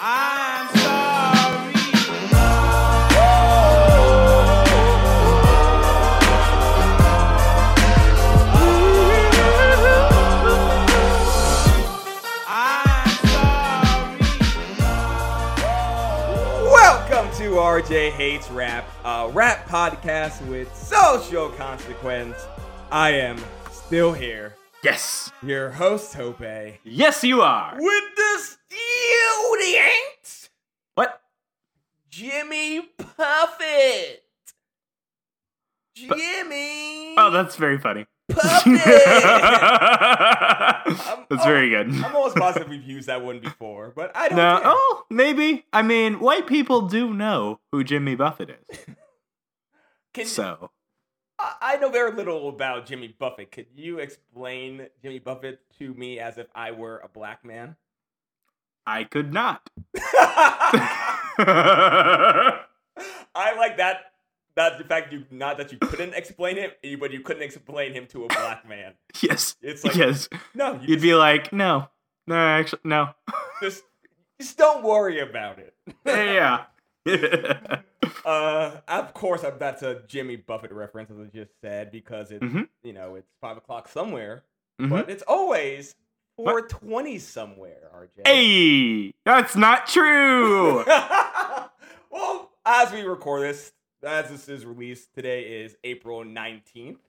I'm sorry. Welcome to RJ Hates Rap, a rap podcast with social consequence. I am still here, Yes. your host, Hope, with Yes, you are. the student, What? Jimmy Puffett. Jimmy Oh, that's very funny. Puffett. that's very good. I'm almost positive we've used that one before, but I don't No. care. Oh, maybe. I mean, white people do know who Jimmy Buffett is. Can, So, I, I know very little about Jimmy Buffett. Could you explain Jimmy Buffett to me as if I were a black man? I could not. I like that. That the fact you not that you couldn't explain it, but you couldn't explain him to a black man. yes. It's like- yes. No, you You'd be like, "No. No, actually no." just just don't worry about it. yeah. Uh, of course, uh, that's a Jimmy Buffett reference, as I just said, because it's Mhm. you know it's five o'clock somewhere, Mhm. but it's always What? four twenty somewhere. RJ. Hey, that's not true. well, as we record this, as this is released, today is April nineteenth,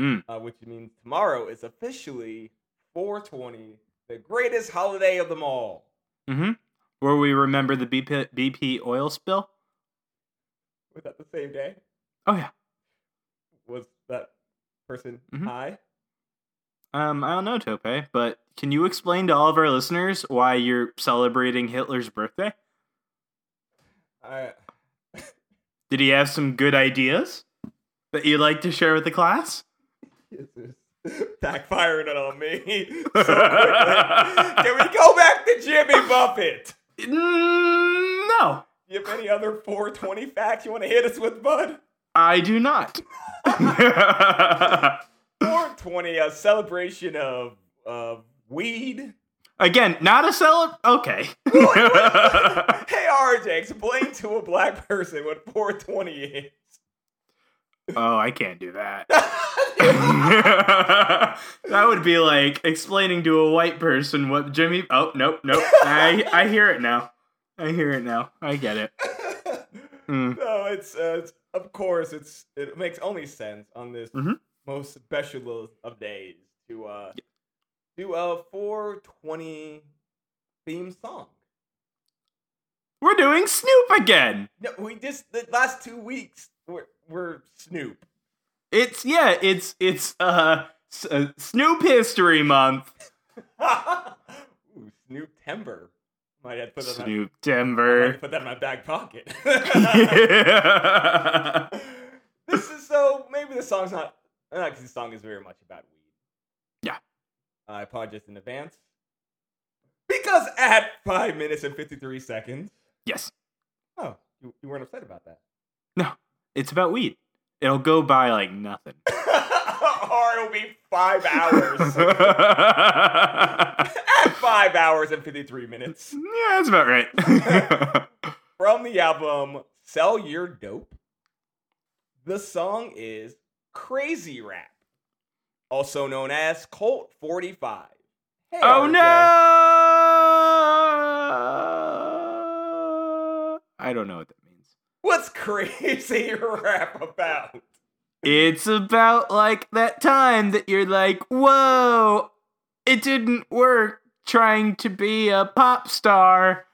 Mm. uh, which means tomorrow is officially four twenty, the greatest holiday of them all. mhm. Where we remember the BP, BP oil spill? Was that the same day? Oh yeah. Was that person Mhm. high? Um, I don't know, Tope, but can you explain to all of our listeners why you're celebrating Hitler's birthday? I. Did he have some good ideas that you'd like to share with the class? This is backfiring it on me. so quickly. Can we go back to Jimmy Buffett? Mm, no, You have any other 420 facts you want to hit us with, bud? I do not. 420, a celebration of of weed. Again, not a cele. Okay. Hey, RJ, explain to a black person what 420 is. oh, I can't do that. that would be like explaining to a white person what Jimmy. Oh nope, nope. I I hear it now. I hear it now. I get it. Mm. No, it's, uh, it's of course it's it makes only sense on this Mhm. most special of days to uh do a 420 theme song. We're doing Snoop again. No, we just the last two weeks were were Snoop. It's yeah. It's it's uh, S- uh Snoop History Month. Ooh, Snoop Timber. Might have to put that on my- Snoop I Timber. put that in my back pocket. yeah. this is so maybe the song's not not because the song is very much about weed. Yeah. I apologize in advance because at five minutes and fifty three seconds. Yes. Oh, you, you weren't upset about that. No. It's about weed. It'll go by like nothing. or it'll be five hours. at five hours and fifty three minutes Yeah, that's about right. from the album "Sell Your Dope." The song is "Crazy Rap," also known as Colt Forty Five. oh no! I don't know what that means. What's crazy rap about? It's about like that time that you're like, whoa, it didn't work trying to be a pop star.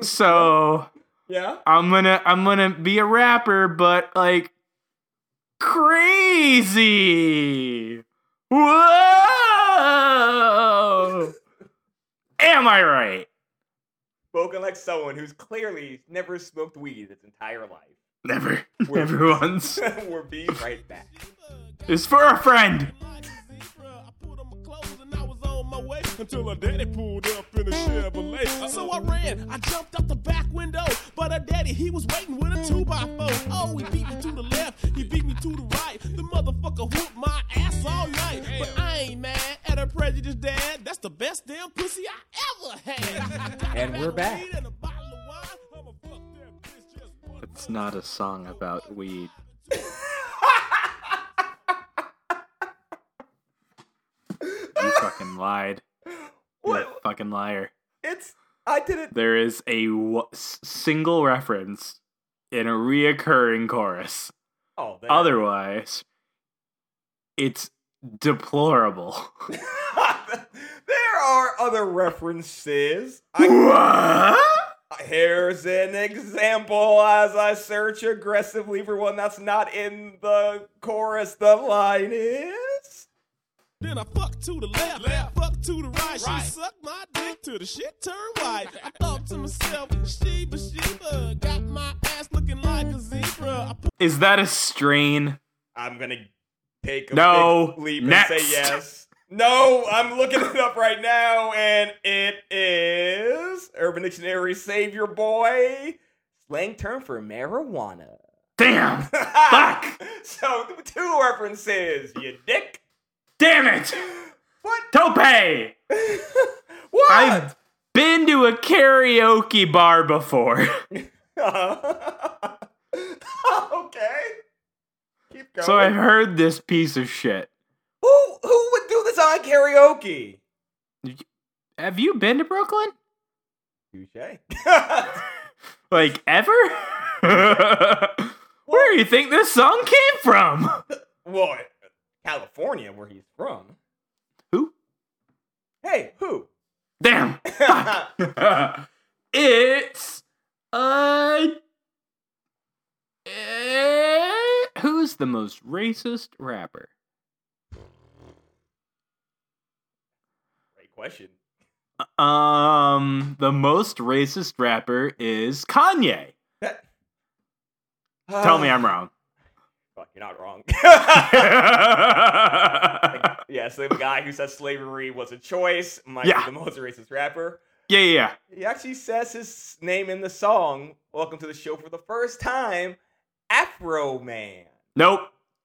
So Yeah. I'm gonna I'm gonna be a rapper, but like crazy. Whoa. Am I right? Spoken like someone who's clearly never smoked weed his entire life. Never. Never once. We're being right back. It's for a friend. I put on my clothes and I was on my way until her daddy pulled up in a Chevrolet. So I ran, I jumped out the back window, but her daddy he was waiting with a two by four. Oh, he beat me to the left, he beat me to the right. The motherfucker whooped my ass all night, but I ain't mad at her prejudice dad. That's the best damn pussy I ever had. And we're back. And a bottle of wine. I'ma fuck that bitch just one It's not a song about weed. You fucking lied. You're a What? fucking liar. It's I didn't. There is a w- s- single reference in a reoccurring chorus. Oh, there. Otherwise, it's deplorable. there are other references. I, What? here's an example as I search aggressively for one that's not in the chorus. The line is. Then I fuck to the left, fuck to the right. She sucked my dick till the shit turned white. I thought to myself, Sheba, Sheba, got my ass looking like a zebra. I put Is that a strain? I'm gonna take a No, big leap and next. say yes. No, I'm looking it up right now, and it is Urban Dictionary Savior Boy slang term for marijuana. Damn! Fuck! So two references, you dick. Damn it! What? Tope! What? I've been to a karaoke bar before. okay. Keep going. So I've heard this piece of shit. who who would do this on karaoke? Have you been to Brooklyn? Touche. Like ever? Where do you think this song came from? Well, California, where he's from. Who? Hey, who? Damn. it's uh eh, who's the most racist rapper? Great question. Um the most racist rapper is Kanye. That- Tell me Uh, I'm wrong. Fuck, you're not wrong. yeah, yeah, so the guy who said slavery was a choice might Yeah. be the most racist rapper. yeah, yeah. He actually says his name in the song, Welcome to the Show for the first time, Afro Man. Nope.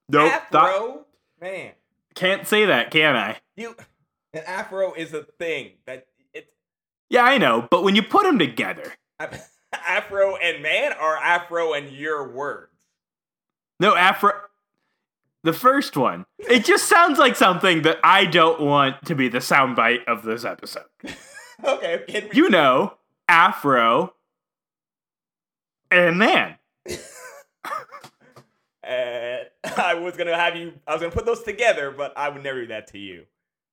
Nope. Stop. Afro Man. Can't say that, can I? You, an Afro is a thing that it, Yeah, I know, but when you put them together, Afro and man are Afro and your words. no Afro. The first one, it just sounds like something that I don't want to be the soundbite of this episode. Okay, can we? You know, Afro and man. And uh, I was gonna have you. I was gonna put those together, but I would never do that to you.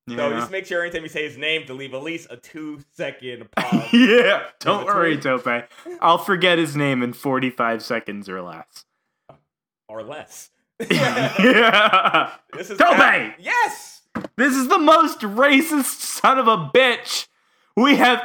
So Yeah. just make sure anytime you say his name to leave at least a two-second pause. yeah. Don't That's worry, right. Tope. I'll forget his name in 45 seconds or less. or less. yeah. This is Tope! Yes. This is the most racist son of a bitch we have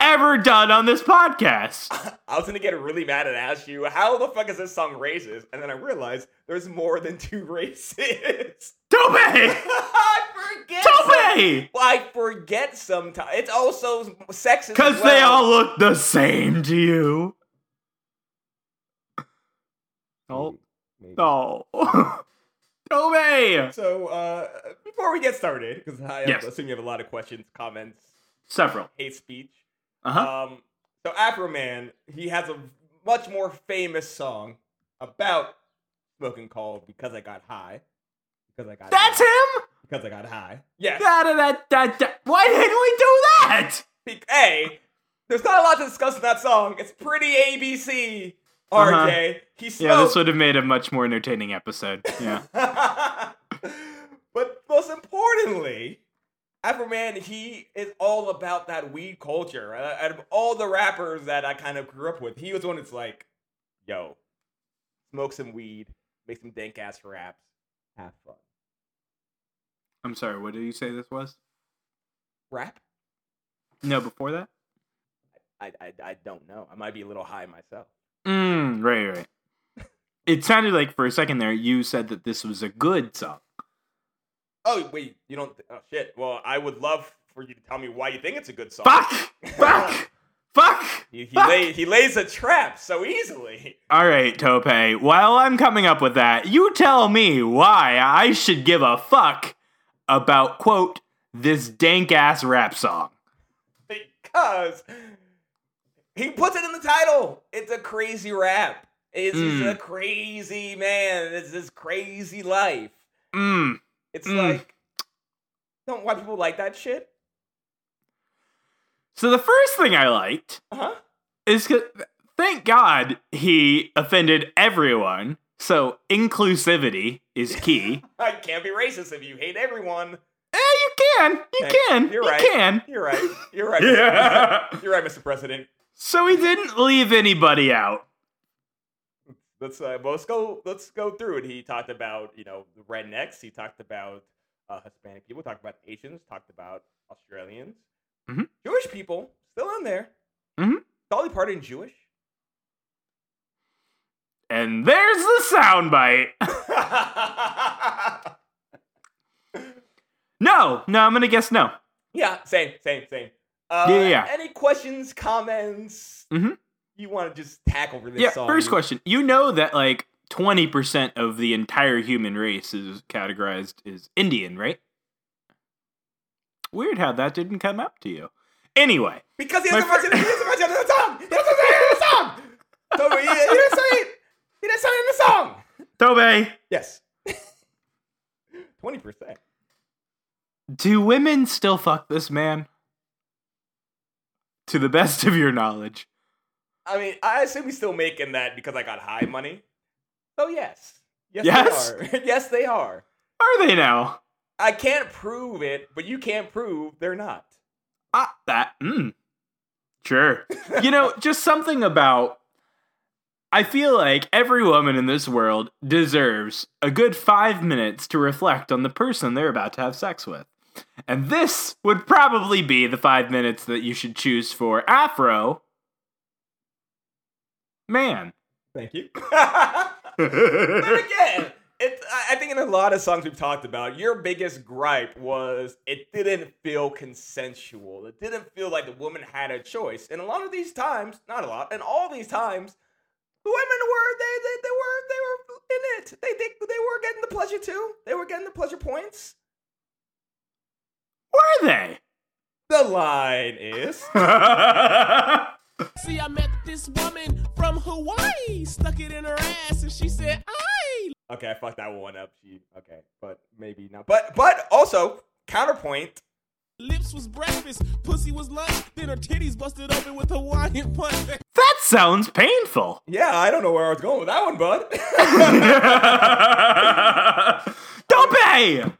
ever done on this podcast. I was gonna get really mad and ask you how the fuck is this song racist, and then I realized there's more than two races. Tope! I forget. some- Tope! I forget sometimes. It's also sexist. as Because they well. all look the same to you. Oh. No. Tobe! So uh, before we get started, because I Yes. assume you have a lot of questions, comments, Several. hate speech. Uh huh. Um, so Afro Man, he has a much more famous song about smoking called "Because I Got High." Because I got That's high. him? Because I got high. Yes. Da, da, da, da, da. Why didn't we do that? Be- A. There's not a lot to discuss in that song. It's pretty ABC. RJ. He smoked. Uh-huh. Yeah, this would have made a much more entertaining episode. Yeah. but most importantly, Afro Man, he is all about that weed culture. Uh, Out of all the rappers that I kind of grew up with, he was one that's like, yo, smoke some weed, make some dank ass raps, have fun. I'm sorry, what did you say this was? Rap? No, before that? I, I, I don't know. I might be a little high myself. Mm, right, right. It sounded like for a second there you said that this was a good song. Oh wait, you don't. Oh shit. Well, I would love for you to tell me why you think it's a good song. Fuck! Fuck! Fuck! He, he, Fuck! lay, he lays a trap so easily. All right, Tope. While I'm coming up with that, you tell me why I should give a fuck about, quote, this dank ass rap song. because he puts it in the title. It's a crazy rap. It's he's Mm. a crazy man. It's his crazy life. Mmm. It's Mm. like don't white people like that shit? So the first thing I liked Huh? is 'cause- thank God he offended everyone. So inclusivity is key. I can't be racist if you hate everyone. eh, you can. You Okay, can. You're you right. can. You're right. You're right. Mr. Yeah. President. You're right, Mr. President. So he didn't leave anybody out. let's uh, well, let's go let's go through it. He talked about you know the rednecks. He talked about uh, Hispanic people. Talked about Asians. Talked about Australians. Mhm. Jewish people still in there. Mhm. Dolly Parton Jewish. And there's the soundbite. No, no, I'm gonna guess no. yeah, same, same, same. Uh, Yeah, yeah, yeah. Any questions, comments? Mhm. You want to just tackle for this yeah, song? first you- question. You know that like 20% of the entire human race is categorized as Indian, right? Weird how that didn't come up to you. Anyway, Because he My doesn't fir- mention he doesn't mention it in the song. He doesn't mention it in the song. So he, he didn't say it. He didn't say it in the song. Tobe, Yes. Twenty percent. do women still fuck this man? To the best of your knowledge. I mean, I assume he's still making that because I got high money. So yes, yes, Yes? they are. yes, they are. Are they now? I can't prove it, but you can't prove they're not. Ah, that. Mm. Sure. you know, just something about. I feel like every woman in this world deserves a good five minutes to reflect on the person they're about to have sex with. And this would probably be the five minutes that you should choose for Afro. Man. Thank you. but again, it's, I I think in a lot of songs we've talked about, your biggest gripe was it didn't feel consensual. It didn't feel like the woman had a choice. And a lot of these times, not a lot, and all these times, the women were they they, they were they were in it. They, they they were getting the pleasure too. They were getting the pleasure points. Were they? The line is See, I met this woman from Hawaii, stuck it in her ass, and she said, I. okay. I fucked that one up. She okay, but maybe not. But but also counterpoint. Lips was breakfast, pussy was lunch, then her titties busted open with Hawaiian punch. that sounds painful. Yeah, I don't know where I was going with that one, bud. Dumpy! Uh,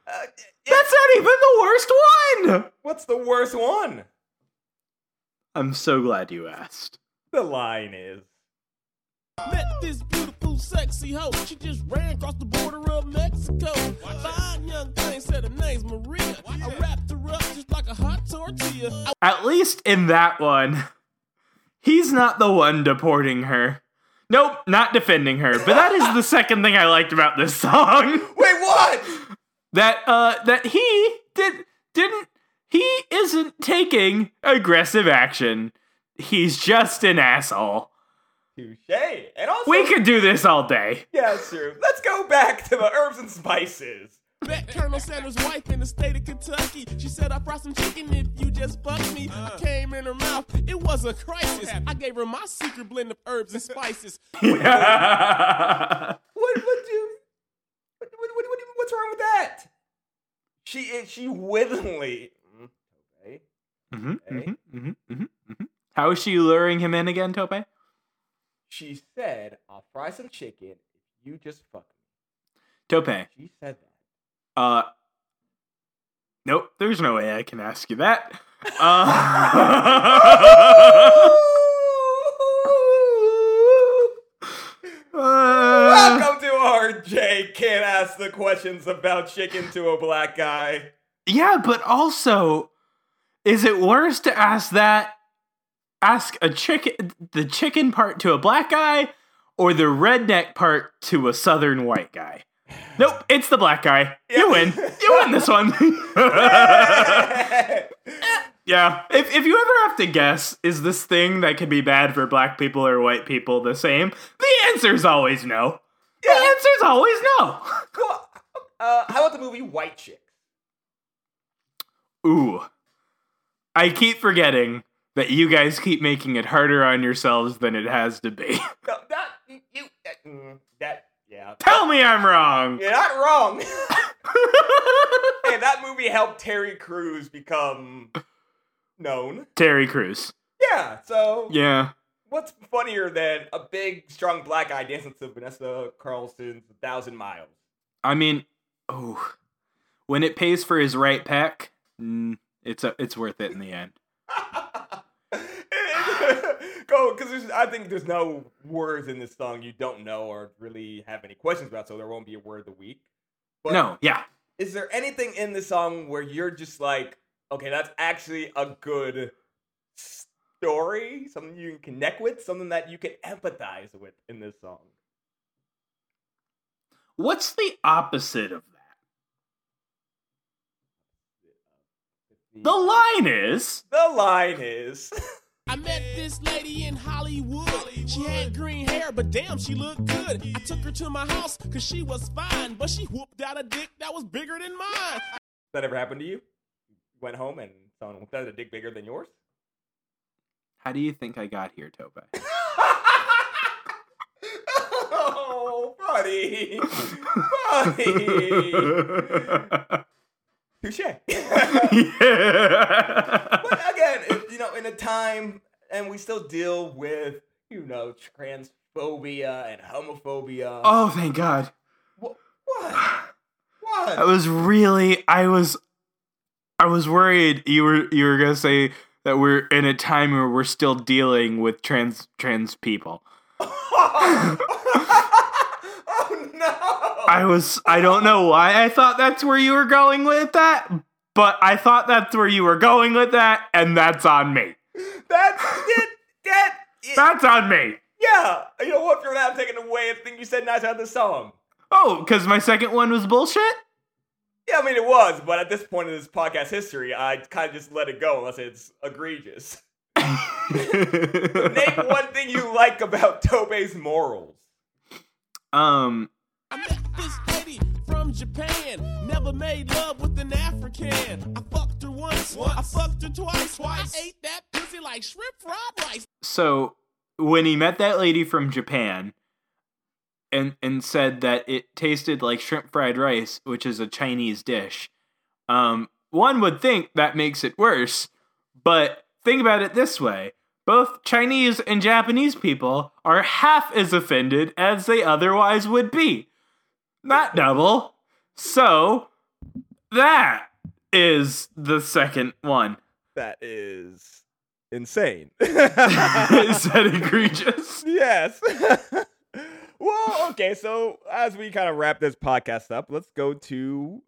That's not even the worst one! What's the worst one? I'm so glad you asked. The line is. Met this beautiful, sexy hoe. She just ran across the border of Mexico. Fine young thing said her name's Maria. I wrapped her up just like a hot tortilla. I At least in that one, he's not the one deporting her. Nope, not defending her, but that is the second thing I liked about this song. Wait, what? That uh that he did didn't he isn't taking aggressive action. He's just an asshole. Touche. And also, We could do this all day. yeah, it's true. Let's go back to the herbs and spices. met Colonel Sanders' wife in the state of Kentucky. She said, I brought some chicken if you just fuck me. I came in her mouth. It was a crisis. I gave her my secret blend of herbs and spices. What? What do? What? What? what, what do you- what's wrong with that? She is. She willingly. Mm, Okay. hmm Okay. mm-hmm. How is she luring him in again, Tope? She said, "I'll fry some chicken if you just fuck me." Tope, She said that. uh, nope, there's no way I can ask you that. Uh, uh, Welcome to RJ. Can't ask the questions about chicken to a black guy. yeah, but also, is it worse to ask that? Ask a chicken, the chicken part to a black guy, or the redneck part to a southern white guy. Nope, it's the black guy. You win. You win this one. yeah. If, if you ever have to guess, is this thing that can be bad for black people or white people the same? The answer is always no. The answer is always no. Cool. Uh, how about the movie White Chicks? Ooh. I keep forgetting that you guys keep making it harder on yourselves than it has to be. No, not you. That, mm, that yeah. Tell me I'm wrong. You're not wrong. hey, that movie helped Terry Crews become known. Terry Crews. Yeah. So Yeah. what's funnier than a big, strong black guy dancing to Vanessa Carlson's "A Thousand Miles"? I mean, oh, when it pays for his right pack, mm, it's a, it's worth it in the end. Go, because I think there's no words in this song you don't know or really have any questions about, so there won't be a word of the week. But no, yeah, is there anything in the song where you're just like, okay, that's actually a good story, something you can connect with, something that you can empathize with in this song? What's the opposite of that? The line is The line is, I met this lady in Hollywood. She had green hair, but damn, she looked good. I took her to my house because she was fine, but she whooped out a dick that was bigger than mine. that ever happened to you? Went home and someone that a dick bigger than yours? how do you think I got here, Topa? oh, buddy, buddy, touche. but again, if, you know, in a time, and we still deal with you know transphobia and homophobia. oh, thank God! Wha- what? What? I was really, I was, I was worried you were you were gonna say that we're in a time where we're still dealing with trans trans people. oh no! I was I don't know why I thought that's where you were going with that, but I thought that's where you were going with that, and that's on me. That's that. That. It, That's on me. yeah. You know what? For that, I'm taking away a thing you said nice out of the song. Oh, because my second one was bullshit? Yeah, I mean it was, but at this point in this podcast history, I kind of just let it go unless it's egregious. Name one thing you like about Tobe's morals. um I met this lady from Japan. Never made love with an African. I fucked her once. I fucked her twice. Twice. I ate that pussy like shrimp fried rice. so when he met that lady from Japan and and said that it tasted like shrimp fried rice, which is a Chinese dish, um, one would think that makes it worse, but think about it this way. Both Chinese and Japanese people are half as offended as they otherwise would be. Not double. So that is the second one. That is insane. is that egregious? yes. well, okay, so as we kind of wrap this podcast up, let's go to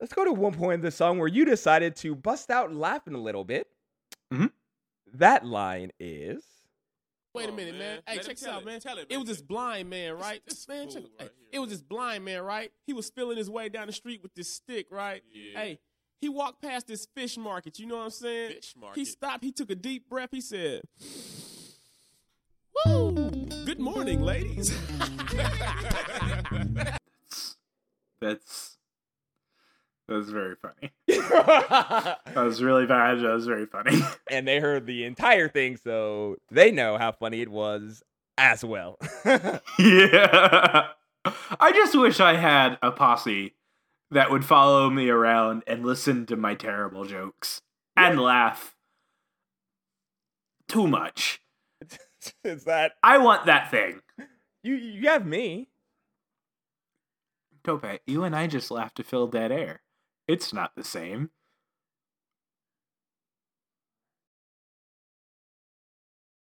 let's go to one point in the song where you decided to bust out laughing a little bit. Mhm. That line is Wait a minute, Oh, man. Hey, check this out, man. Tell it, it was this blind man, right? This man, check, hey, it was this blind man, right? He was feeling his way down the street with this stick, right? Hey, he walked past this fish market. You know what I'm saying? Fish market. He stopped. He took a deep breath. He said, "Woo, good morning, ladies." That's that's very funny. That was really bad. That was very funny. and they heard the entire thing, so they know how funny it was as well. yeah. I just wish I had a posse that would follow me around and listen to my terrible jokes and laugh too much. Is that I want that thing. you? You have me. Tope, you and I just laugh to fill dead air. It's not the same.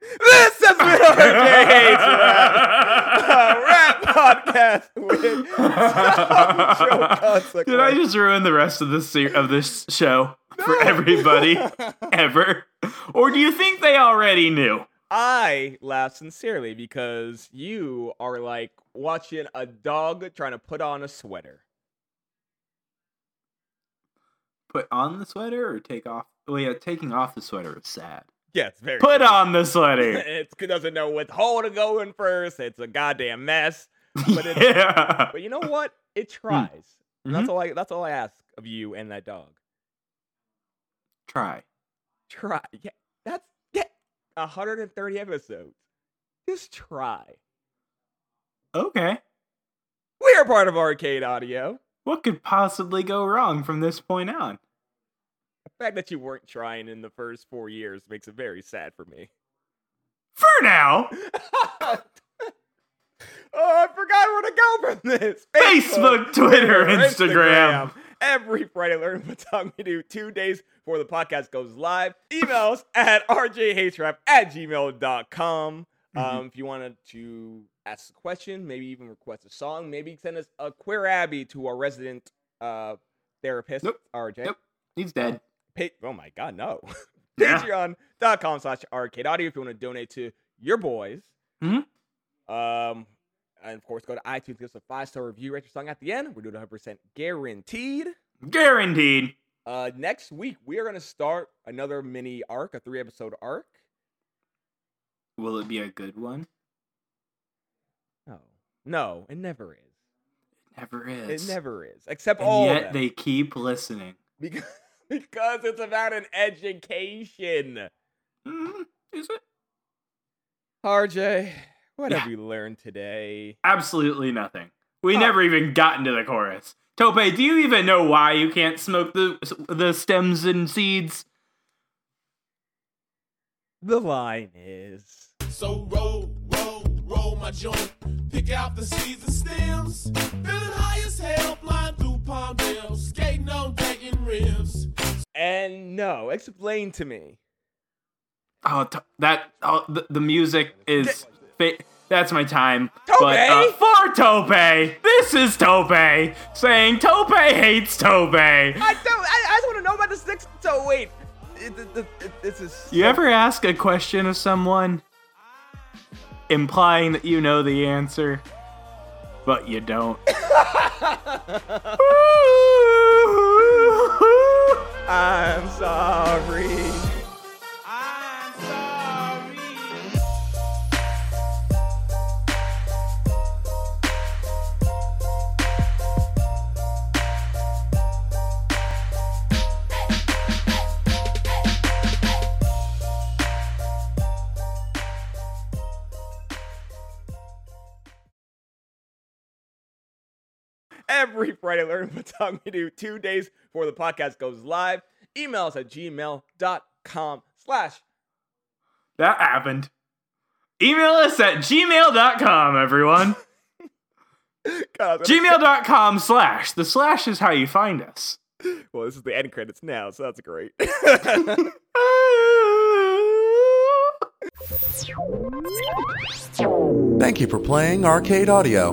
This has been Arcade's Rap, a rap Podcast with Joe Consequence. Did I just ruin the rest of this se- of this show for everybody ever? Or do you think they already knew? I laugh sincerely because you are like watching a dog trying to put on a sweater. Put on the sweater or take off? Oh yeah, taking off the sweater is sad. Yes, very. Put on the sweater. it doesn't know what hole to go in first. It's a goddamn mess. But it's, yeah. Hmm. Mm-hmm. but you know what? It tries. And That's all I. That's all I ask of you and that dog. Try. Try. Yeah, that's yeah. 130 episodes. Just try. Okay. We are part of Arcade Audio. What could possibly go wrong from this point on? The fact that you weren't trying in the first four years makes it very sad for me. For now, oh, I forgot where to go from this. Facebook, Twitter, Instagram. Every Friday, learn what time we do two days before the podcast goes live. Emails at rjhatrap at gmail.com. Um, Mm-hmm. If you wanted to ask a question, maybe even request a song, maybe send us a queer Abby to our resident uh, therapist, Nope. RJ. Nope. He's dead. Pa- oh my god, no. Yeah. Patreon.com slash arcade audio if you want to donate to your boys. Mhm. Um, and of course, go to iTunes, give us a five star review, rate your song at the end. We're doing 100% guaranteed. Guaranteed. Uh, next week, we are going to start another mini arc, a three episode arc. Will it be a good one? No, no, it never is. Never is. It never Oh. is, except all And of yet them. they keep listening. because, because it's about an education. Mm, is it? RJ, what Yeah. have we learned today? Absolutely nothing. We Oh. never even got into the chorus. Tope, do you even know why you can't smoke the the stems and seeds? The line is. So roll, roll, roll my joint. Pick out the seeds and stems. Feeling high as hell, flying through palm hills, skating on Dayton rims. And no, explain to me. Oh, t- that oh, the, the music is fa- that's my time. uh, Tope? for Tope, this is Tope saying Tope hates Tope. I don't. I, I just want to know about the six. So wait, it, it, it, it- this is. You ever ask a question of someone, implying that you know the answer, but you don't? I'm sorry. every Friday. Learn what time we do two days before the podcast goes live. Email us at gmail.com slash that happened. Email us at gmail.com, everyone. God, I was gonna- gmail.com slash. The slash is how you find us. Well, this is the end credits now, so that's great. Thank you for playing Arcade Audio.